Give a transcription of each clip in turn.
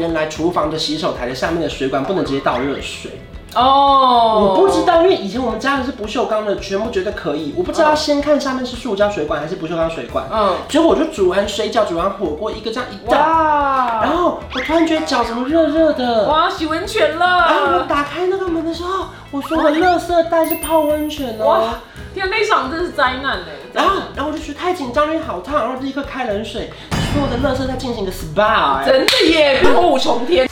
原来厨房的洗手台的上面的水管不能直接倒热水。哦我不知，道，因为以前我们家的是不锈钢的，全部觉得可以。我不知道先看下面是塑胶水管还是不锈钢水管。嗯，结果我就煮完水饺，煮完火锅，一个这样一倒，然哇，后我突然觉得脚怎么热热的。哇，洗温泉然后啊我了，打开那个门的时候，我说的垃圾袋是泡温泉哦、哇，天，那场真是灾难欸嘞，然后，然后我就觉得太紧张，因为好烫，然后立刻开冷水，所有的垃圾在进行一个 SPA、哎真的 耶，破五重天。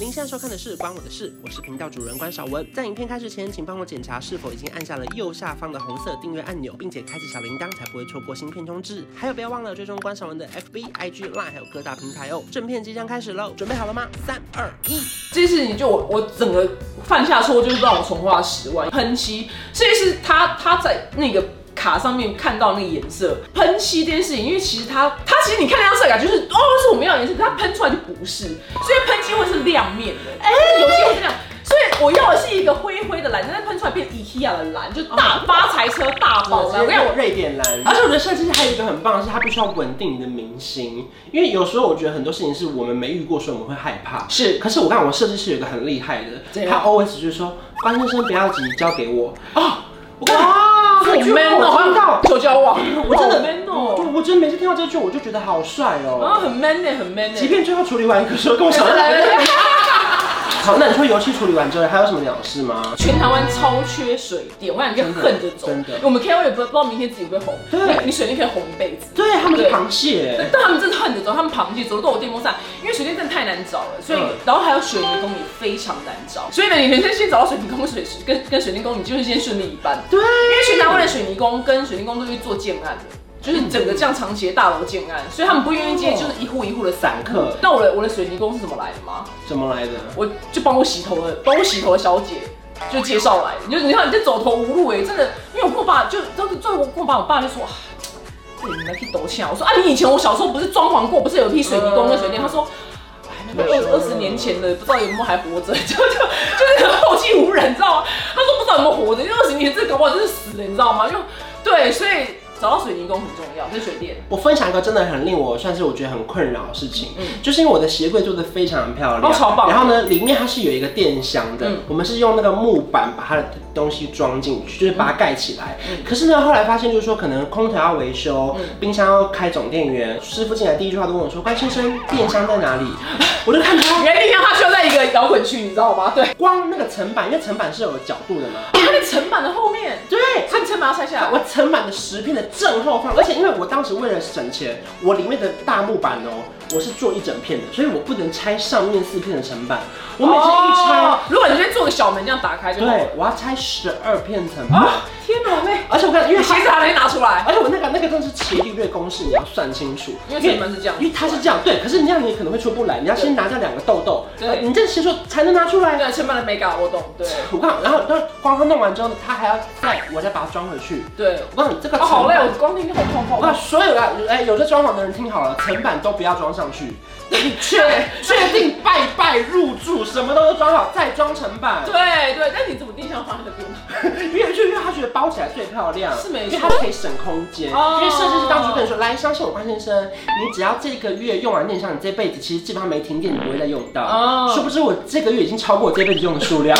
您现在收看的是《关我的事》，我是频道主人关少文。在影片开始前，请帮我检查是否已经按下了右下方的红色订阅按钮，并且开启小铃铛，才不会错过新片通知。还有，不要忘了追踪关少文的 FB、IG、Line，还有各大平台哦。正片即将开始喽，准备好了吗？三、二、一。这件事情就我我整个犯下错就是让我重花十万喷漆，这件事他他在那个。卡上面看到那个颜色喷漆这件事情，因为其实它它其实你看那张色感就是哦这是我们要的颜色，可它喷出来就不是，所以喷漆会是亮面的，哎、有些会是这样，所以我要的是一个灰灰的蓝，但是喷出来变 IKEA 的蓝，就大发财车大宝哦蓝。我跟你讲，我瑞典蓝。而且我觉得设计师还有一个很棒的是，他必须要稳定你的明星，因为有时候我觉得很多事情是我们没遇过，所以我们会害怕。是可是我看我设计师有一个很厉害怎的，样他 always 就是说，关先生不要急，交给我。啊，我跟你讲哇，好这句话 man 哦，我听到求交往，我真的好 man 哦，我我真的每次听到这句，我就觉得好帅然后哦。很 man 欸呢，很 man 呢即。便最后处理完一个时候，跟我想的来来来 来好，那你说油漆处理完之后还有什么鸟事吗？全台湾超缺水电，我想你可以恨着走。真的真的我们 K O 也不知道明天自己会不会红。对你你水电可以红一辈子。对，他们是对螃蟹。但他们真的恨着走，他们螃蟹走都有电风扇，因为水电真的太难找了，所以、嗯然后还有水泥工也非常难找，所以呢，你人生先找到水泥工、水跟跟水电工，你就是先顺利一半。对，因为全台湾的水泥工跟水电工都去做建案的，就是整个这样长期的大楼建案，所以他们不愿意接，就是一户一户的散客嗯。哦那我的我的水泥工是怎么来的吗？怎么来的？我就帮我洗头的，帮我洗头的小姐就介绍来，你就你看你这走投无路哎、真的，因为我跟我爸就当时最后我跟我爸，我爸就说，啊这你们可以抖起来。我说啊，你以前我小时候不是装潢过，不是有一批水泥工跟水电，他说。哎那个二二十年前的，不知道有没有还活着，就就就是后继无人，你知道吗？他说不知道有没有活着，因为二十年这搞不好就是死了，你知道吗？就对，所以找到水泥工很重要，跟水电。我分享一个真的很令我算是我觉得很困扰的事情，就是因为我的鞋柜做的非常漂亮，嗯哦超棒然后呢，里面它是有一个电箱的，嗯我们是用那个木板把它的东西装进去，就是把嗯它盖起来。可是呢，后来发现就是说，可能空调要维修，嗯冰箱要开总电源，师傅进来第一句话都问我说：“关先生，电箱在哪里？” 我就看他。原地让他需要在一个摇滚区，你知道吗？对，光那个层板，因为层板是有角度的嘛，他的层板的后面，对，所以你层板要拆下来。我盛满了十片的正后方，而且因为我当时为了省钱，我里面的大木板哦、我是做一整片的，所以我不能拆上面四片的层板。我每次一拆，哦如果你今天做个小门这样打开就好了对，我要拆十二片层板。啊，天哪，妹，而且我看，因为你鞋它子还没拿出来，而且我那个那个真的是伽利略公式，你要算清楚，因为成本是这样因为它是这样，对。可是你这样你可能会出不来，你要先拿掉两个豆豆，对你这先说才能拿出来。对，成本的美感我懂，对我看，然后然后光它弄完之后呢，它还要再我再把它装回去。对，我告诉你，这个哦，好累，成本我光听就好痛好我把痛。所有的哎，有在装潢的人听好了，层板都不要装上去，你确确定拜拜入住，什么都装好，再装层板。对对，但你怎么定向放在不用？因为就因为他觉得包起来最漂亮，是没错因为它可以省空间。哦因为设计师当初跟你说，来相信我，关先生，你只要这个月用完电商，你这辈子其实基本上没停电，你不会再用到。哦殊不知我这个月已经超过我这辈子用的数量。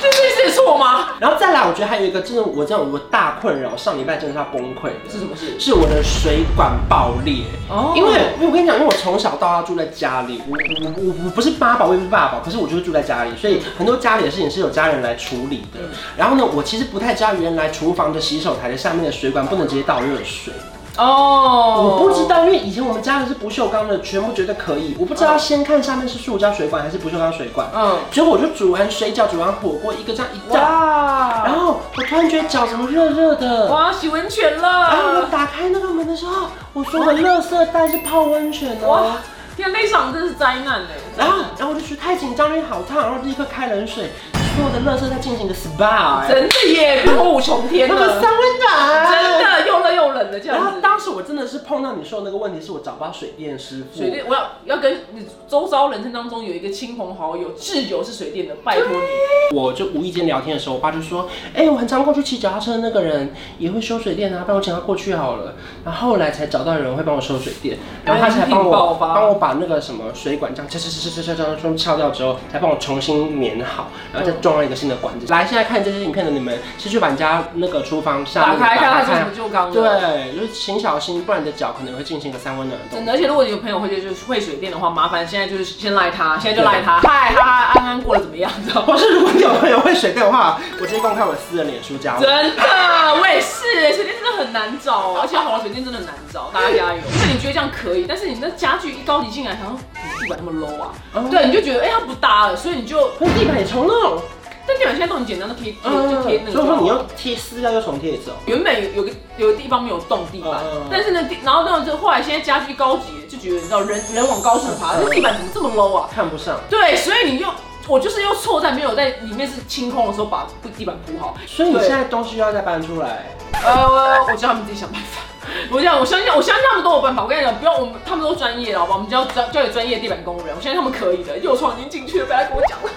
这是是错吗？然后再来，我觉得还有一个，真的我这种我大困扰，上礼拜真的是要崩溃的，是什么事？是我的水管爆裂。哦因为因为我跟你讲，因为我从小到大住在家里，我我我我不是妈宝，我也不是爸宝，可是我就是住在家里，嗯所以很多家里的事情是有家人来处理的。然后呢，我其实不太知道原来厨房的洗手台的上面的水管不能直接倒热水，哦我不知，道，因为以前我们家的是不锈钢的，全部觉得可以，我不知道先看下面是塑胶水管还是不锈钢水管。嗯，结果我就煮完水饺，煮完火锅，一个这样一倒，然哇，后我突然觉得脚怎么热热的，哇，洗温泉然后我了，打开那个门的时候，我说的垃圾袋是泡温泉哦、哇，天，那场真是灾难嘞。欸然后，然后我就觉得太紧张，因为好烫，然后立刻开冷水，所有的乐色在进行一个 SPA，哎真的耶，多无穷天那个了，三温暖，真。的又热又冷的这啊然样后子。当时我真的是碰到你说的那个问题，是我找不到水电师傅。水电，我要要跟你周遭人生当中有一个亲朋好友、挚友是水电的，拜托你。我就无意间聊天的时候，我爸就说：“哎、我很常过去骑脚踏车的那个人也会修水电啊，帮我请他过去好了。”然后后来才找到有人会帮我修水电，然后他才帮人品爆我发帮我把那个什么水管这样敲敲敲敲敲敲敲撬掉之后，才帮我重新粘好，然后再装上一个新的管子。来，现在看这支影片的你们，是去把人家那个厨房下打面开看打它是什么旧缸的。对，就是请小心，不然你的脚可能会进行一个三温暖的动真作。的，而且如果有朋友会就是会水电的话，麻烦现在就是先赖他，现在就赖他，嗨嗨嗨，安安过得怎么样？知道吗？或是如果你有朋友会水电的话，我直接公开我的私人脸书加我。真的，我也是，水电真的很难找啊，而且好的水电真的很难找，大家加油。就是你觉得这样可以，但是你那家具一高级进来，好像地板那么 low 啊，嗯对，你就觉得哎、它不搭了，所以你就，那地板也重弄。但地板现在都很简单的贴贴就贴那个嗯所以就说好了。你又贴撕掉又重贴一次哦。原本有有个有个地方没有动地板，嗯但是呢，地然后那后来现在家居高级，就觉得你知道人人往高处爬，嗯这地板怎么这么 low 啊？看不上，对，所以你又我就是又错在没有在里面是清空的时候把地板铺好。所以你对现在东西又要再搬出来。呃，我叫他们自己想办法。我讲，我相信，我相信他们都有办法。我跟你讲，不要我们，他们都专业的，好吧？我们交交交给专业地板工人，我相信他们可以的。因为我床已经进去了，不要再跟我 讲了，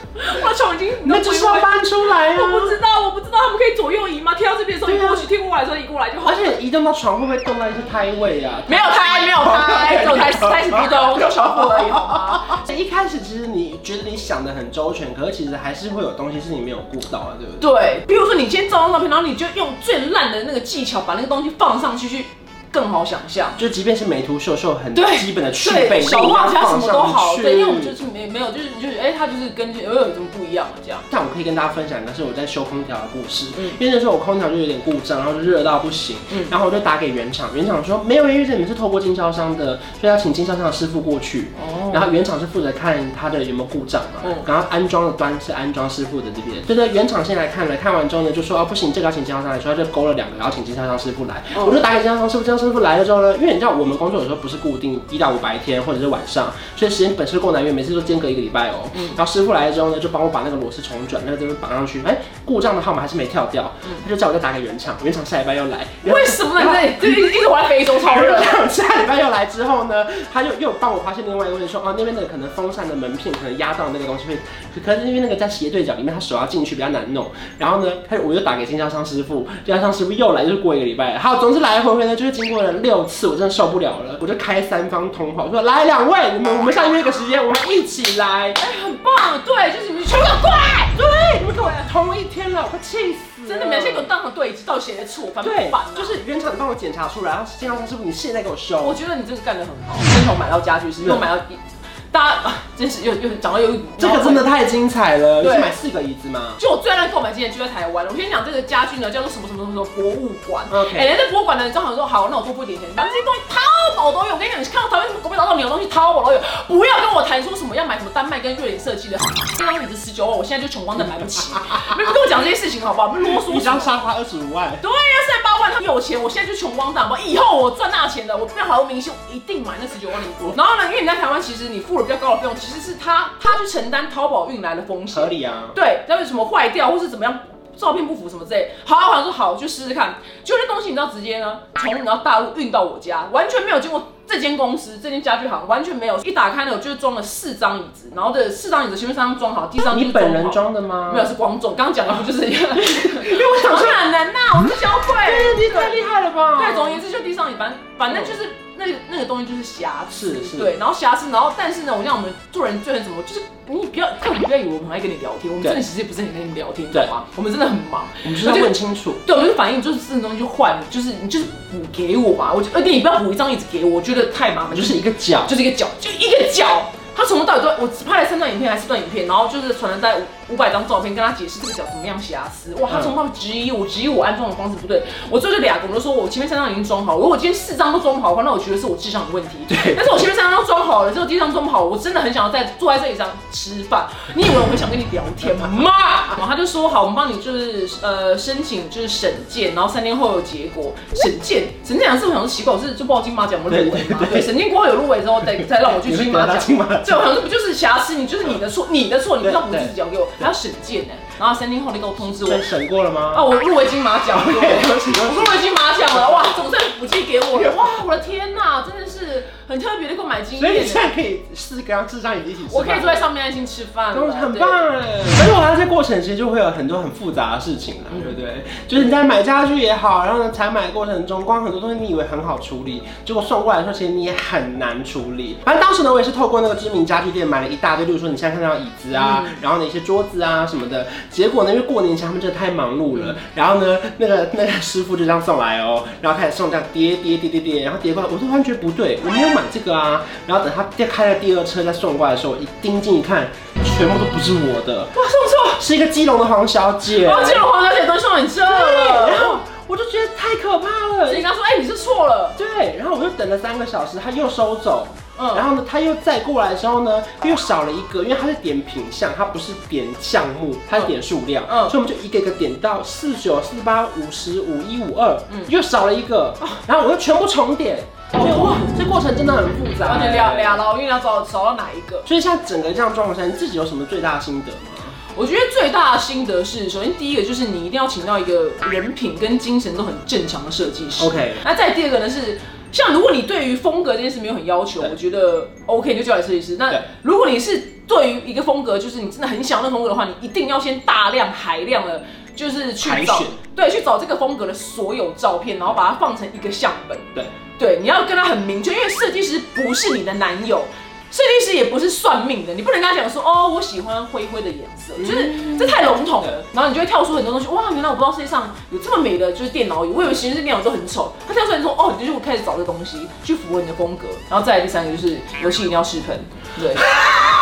我的床已经那就是要搬出来啊！我不知道，我不知道他们可以左右移吗？贴到这边的时候移过去，贴过来的时候移过来就好。而且移动到床会不会动到一些胎位 啊？没有胎，没有胎，只有胎胎是壁咚，就小腹而已，好吗？一开 始其实你觉得你想的很周全，可是其实还是会有东西是你没有顾到的，对不对？对，比如说你今天照张照片，然后你就用最烂的那个技巧把那个东西放上去，去更好想象。就即便是美图秀秀很对基本的去对，背，小画家什么都好，你对，也因为要我放们上就去是没没有，就是你就是哎，他就是跟哎有怎么不一样这样。但我可以跟大家分享一个是我在修空调的故事，嗯因为那时候我空调就有点故障，然后就热到不行，嗯然后我就打给原厂，原厂说没有，因为这你们是透过经销商的，所以要请经销商的师傅过去。哦然后原厂是负责看它的有没有故障嘛，嗯然后安装的端是安装师傅的这边，所以呢原厂先来看了，看完之后呢就说哦不行，这个要请经销商来，所以他就勾了两个，然后请经销商师傅来，嗯我就打给经销商师傅，经销商师傅来了之后呢，因为你知道我们工作有时候不是固定一到五白天或者是晚上，所以时间本身够难约，每次都间隔一个礼拜哦、嗯然后师傅来了之后呢，就帮我把那个螺丝重转，那个地方绑上去，哎、故障的号码还是没跳掉，嗯他就叫我再打给原厂，原厂下礼拜要来，原厂为什么呢？对，就一直玩非洲 超然热后。他下礼拜又来之后呢，他又又帮我发现另外一个问题，说哦那边的可能风扇的门片可能压到那个东西会，可可是因为那个在斜对角里面，他手要进去比较难弄。然后呢，他我又打给经销商师傅，经销商师傅又来，就是过一个礼拜。好，总之来来回回呢，就是经过了六次，我真的受不了了，我就开三方通话，我说来两位，你们我们上约一个时间，我们一起来。哎，很棒，对，就是你们全部过来，对，你们跟我同一天了，我快气死了。真的没有，现在给我当场对峙，到底谁的错，烦不对烦？，就就是是原厂你帮我检查出来，然后经销商师傅你现在给我我收。觉得你这个干得很好，先从买到家具，是又买到一，大家啊，真是又又讲到又一股这个真的。太精彩了！你对是买四个椅子吗？就我最爱购买经验就在台湾，我先讲这个家具呢，叫做什么什么什么什么博物馆。 OK 哎、人家博物馆的人正好说好，那我多付一点钱。然后这些东西淘宝都有，我跟你讲，你看到台湾什么国美淘到你的东西，淘宝都有。不要跟我谈说什么要买什么丹麦跟瑞典设计的，这张椅子十九万，我现在就穷光蛋买不起。没有跟我讲这些事情好不好？不啰嗦一什张么。沙发二十五万，对呀、三八万，他有钱，我现在就穷光蛋，好不好？以后我赚大钱的，我变好明星，我一定买那十九万的椅子。然后呢，因为你在台湾，其实你付了比较高的费用，其实是他他去承担淘宝运来的风险合。理啊。对，要有什么坏掉或是怎么样，照片不符什么之类。好，我想说好，我去试试看。就那东西，你知道直接呢，从你知道大陆运到我家，完全没有经过这间公司、这间家具行，完全没有。一打开呢，我就装了四张椅子，然后这四张椅子前面三张装好，第三张就是你本人好。装的吗？没有，是光中，刚刚讲的不就是一样？因为我想说哪能呐、我是消费。你太厉害了吧？对，总而言之，就地上，反正反正就是那个那个东西就是瑕疵，是是对，然后瑕疵，然后但是呢，我像我们做人最恨什么，就是你不要，看你不要以为我们爱跟你聊天，我们对真的其实也不是很跟你聊天，你知对道吗？我们真的很忙，我们就是要问清楚。对，我们就反应就是这种东西就换，就是你就是补给我嘛，我就而且你不要补一张椅子给我，我觉得太麻烦，就就是是一个角，就是一个脚，就一个脚。他从头到尾都，我只拍了三段影片还是四段影片，然后就是传了大概五五百张照片，跟他解释这个脚怎么样瑕疵。哇，他从头到尾质疑我，质疑我安装的方式不对。我最后就俩个，我就说我前面三张已经装好，如果我今天四张都装不好的话，那我觉得是我智商有问题。对但是我前面三张都装好了，只有第一张装不好，我真的很想要在坐在这里上吃饭。你以为我会想跟你聊天吗？妈！然后他就说好，我们帮你就是呃申请就是审件，然后三天后有结果。审件，审件两次我想说奇怪，啊我是就报金马奖我入围对对嘛对？对，审件过后有入围之后，再再让我去你会金得马到奖。金马这我想说不就是瑕疵？你就是你的错，你的错，你不要补自己讲给我。还要审件呢，然后三天后你给我通知我对，。审过了啊，吗？我入围金马奖了， 对我恭喜恭喜入围金马奖了，哇， 总算补贴给 我了，哇，我的天哪，真的是很特别的购买经所以你验现呢。在可以四个让智障一起吃饭，我可以坐在上面安心吃饭都了，很对棒哎！所以我还在过程其实就会有很多很复杂的事情啦，对不对？就是你在买家具也好，然后呢采买的过程中，光很多东西你以为很好处理，结果送过来的时候，其实你也很难处理。反正当时呢，我也是透过那个知名家具店买了一大堆，例如说你现在看到的椅子啊，然后呢一些桌子啊什么的。结果呢，因为过年前他们真的太忙碌了，然后呢那个那个师傅就这样送来哦，然后开始送这样叠叠叠叠叠，然后叠过来，我突然觉得不对，我没有买这个啊。然后等他再开了第二车再送过来的时候，我一盯近一看，全部都不是我的，哇，送错，是一个基隆的黄小姐。然后进了黄小姐都送到你这了，然后我就觉得太可怕了所以。你刚说，哎，你是错了，对，然后我又等了三个小时，他又收走。 嗯然后呢，他又再过来的时候呢，又少了一个，因为他是点品相，他不是点项目，他是点数量，嗯所以我们就一个一个点到四九、四八、五十、五一、五二，嗯又少了一个，哦然后我又全部重点，所以哇，这过程真的很复杂，然后你俩俩哦了，因为你要找找到哪一个？所以现在整个这样状况下，你自己有什么最大的心得吗？我觉得最大的心得是，首先第一个就是你一定要请到一个人品跟精神都很正常的设计师。 OK 那再第二个呢是，像如果你对于风格这件事没有很要求，对我觉得 OK 你就叫你设计师。那对如果你是对于一个风格，就是你真的很想要那风格的话，你一定要先大量海量的，就是去海找选对去找这个风格的所有照片，然后把它放成一个相本。对，对，你要跟他很明确，因为设计师不是你的男友，设计师也不是算命的，你不能跟他讲说哦，我喜欢灰灰的颜色，嗯就是这太笼统了。然后你就会跳出很多东西，哇，原来我不知道世界上有这么美的就是电脑椅，我以为其实电脑都很丑。他跳出来说哦，你就会开始找这个东西去符合你的风格。然后再来第三个就是油漆一定要试喷，对，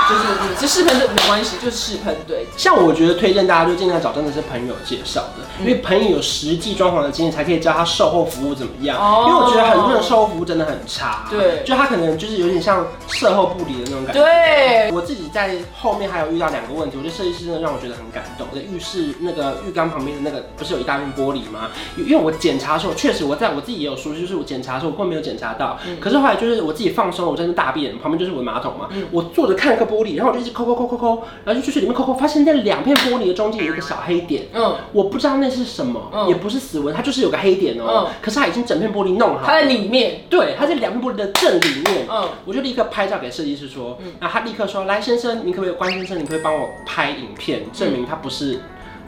就是你这试喷这没关系，就是试喷，对，像我觉得推荐大家就尽量找真的是朋友介绍的，因嗯为朋友有实际装潢的经验，才可以教他售后服务怎么样。哦因为我觉得很多人售后服务真的很差，对就他可能就是有点像售后不理的那种感觉。对，我自己在后面还有遇到两个问题，我觉得设计师真的让我觉得很感动。我的浴室那个浴缸旁边的那个不是有一大片玻璃吗？因为我检查的时候，确实我在我自己也有疏失，就是我检查的时候我根本没有检查到。嗯可是后来就是我自己放松了，我在那边大便，旁边就是我的马桶嗯嘛，我坐着看个玻璃，然后我就一直抠抠抠抠抠，然后就去里面抠抠，发现那两片玻璃的中间有一个小黑点。嗯，我不知道那是什么，嗯也不是死纹，它就是有个黑点哦、嗯可是它已经整片玻璃弄好了，它在里面，对，他在两面玻璃的正里面。嗯嗯，我就立刻拍照给设计师说，然后他立刻说：“来，先生，你可不可以，关先生，你可不可以帮我拍影片，证明他不是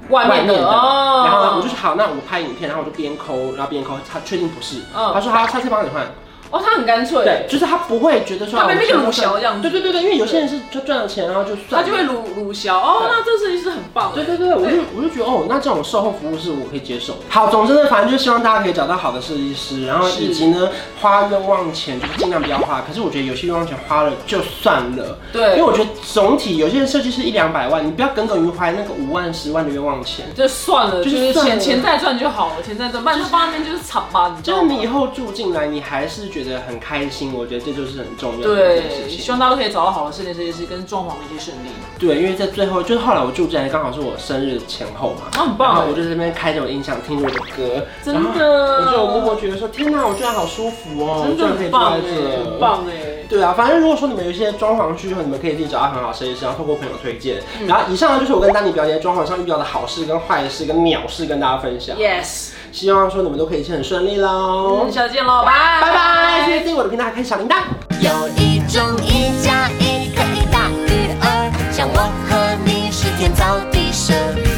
外面的哦，然后呢，我就说好，那我拍影片，然后我就边抠，然后边抠，他确定不是。嗯他说好，下次帮你换。哦，他很干脆，对，就是他不会觉得说他没啊被我个鲁是小这样子对对对对，因为有些人是就赚了钱，然后就算他了就会鲁鲁削哦，那这设计师很棒。对对对，我就我就觉得哦，那这种售后服务是我可以接受的。好，总之呢，反正就希望大家可以找到好的设计师，然后是以及呢，花冤枉钱就是尽量不要花。可是我觉得有些冤枉钱花了就算了，因为对，我觉得总体有些人设计师一两百万，你不要耿耿于怀那个五万十万的冤枉钱。就算了，就就是算钱了钱再赚就好了，钱再赚，不然他放那边就是惨吧，你知就道是吗你？以后住进来，你还是觉得很开心，我觉得这就是很重要的一件对，事希情。望大家都可以找到好的室内设计师跟装潢的一些顺利。对，因为在最后，就是后来我住进来，刚好是我生日前后嘛，啊很棒然后哎我就在那边开着我的音响听我的歌，真然后的，我就默默觉得说，天哪，我居然好舒服哦，真的我居然可很以坐棒哎，在这，很。棒哎。对啊，反正如果说你们有一些装潢需求，你们可以自己找到很好的设计师，然后透过朋友推荐。然后以上呢就是我跟丹尼表姐在装潢上遇到的好事、跟坏事、跟鸟事跟大家分享。 Yes，希望说你们都可以一切很顺利喽我们。下次见喽，拜拜拜拜，记得订阅我的频道，还开小铃铛。有一种一加一可以大于二，像我和你是天造地设，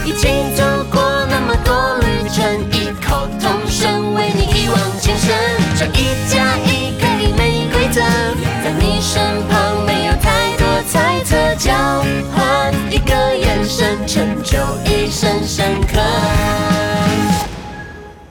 一起走过那么多旅程，异口同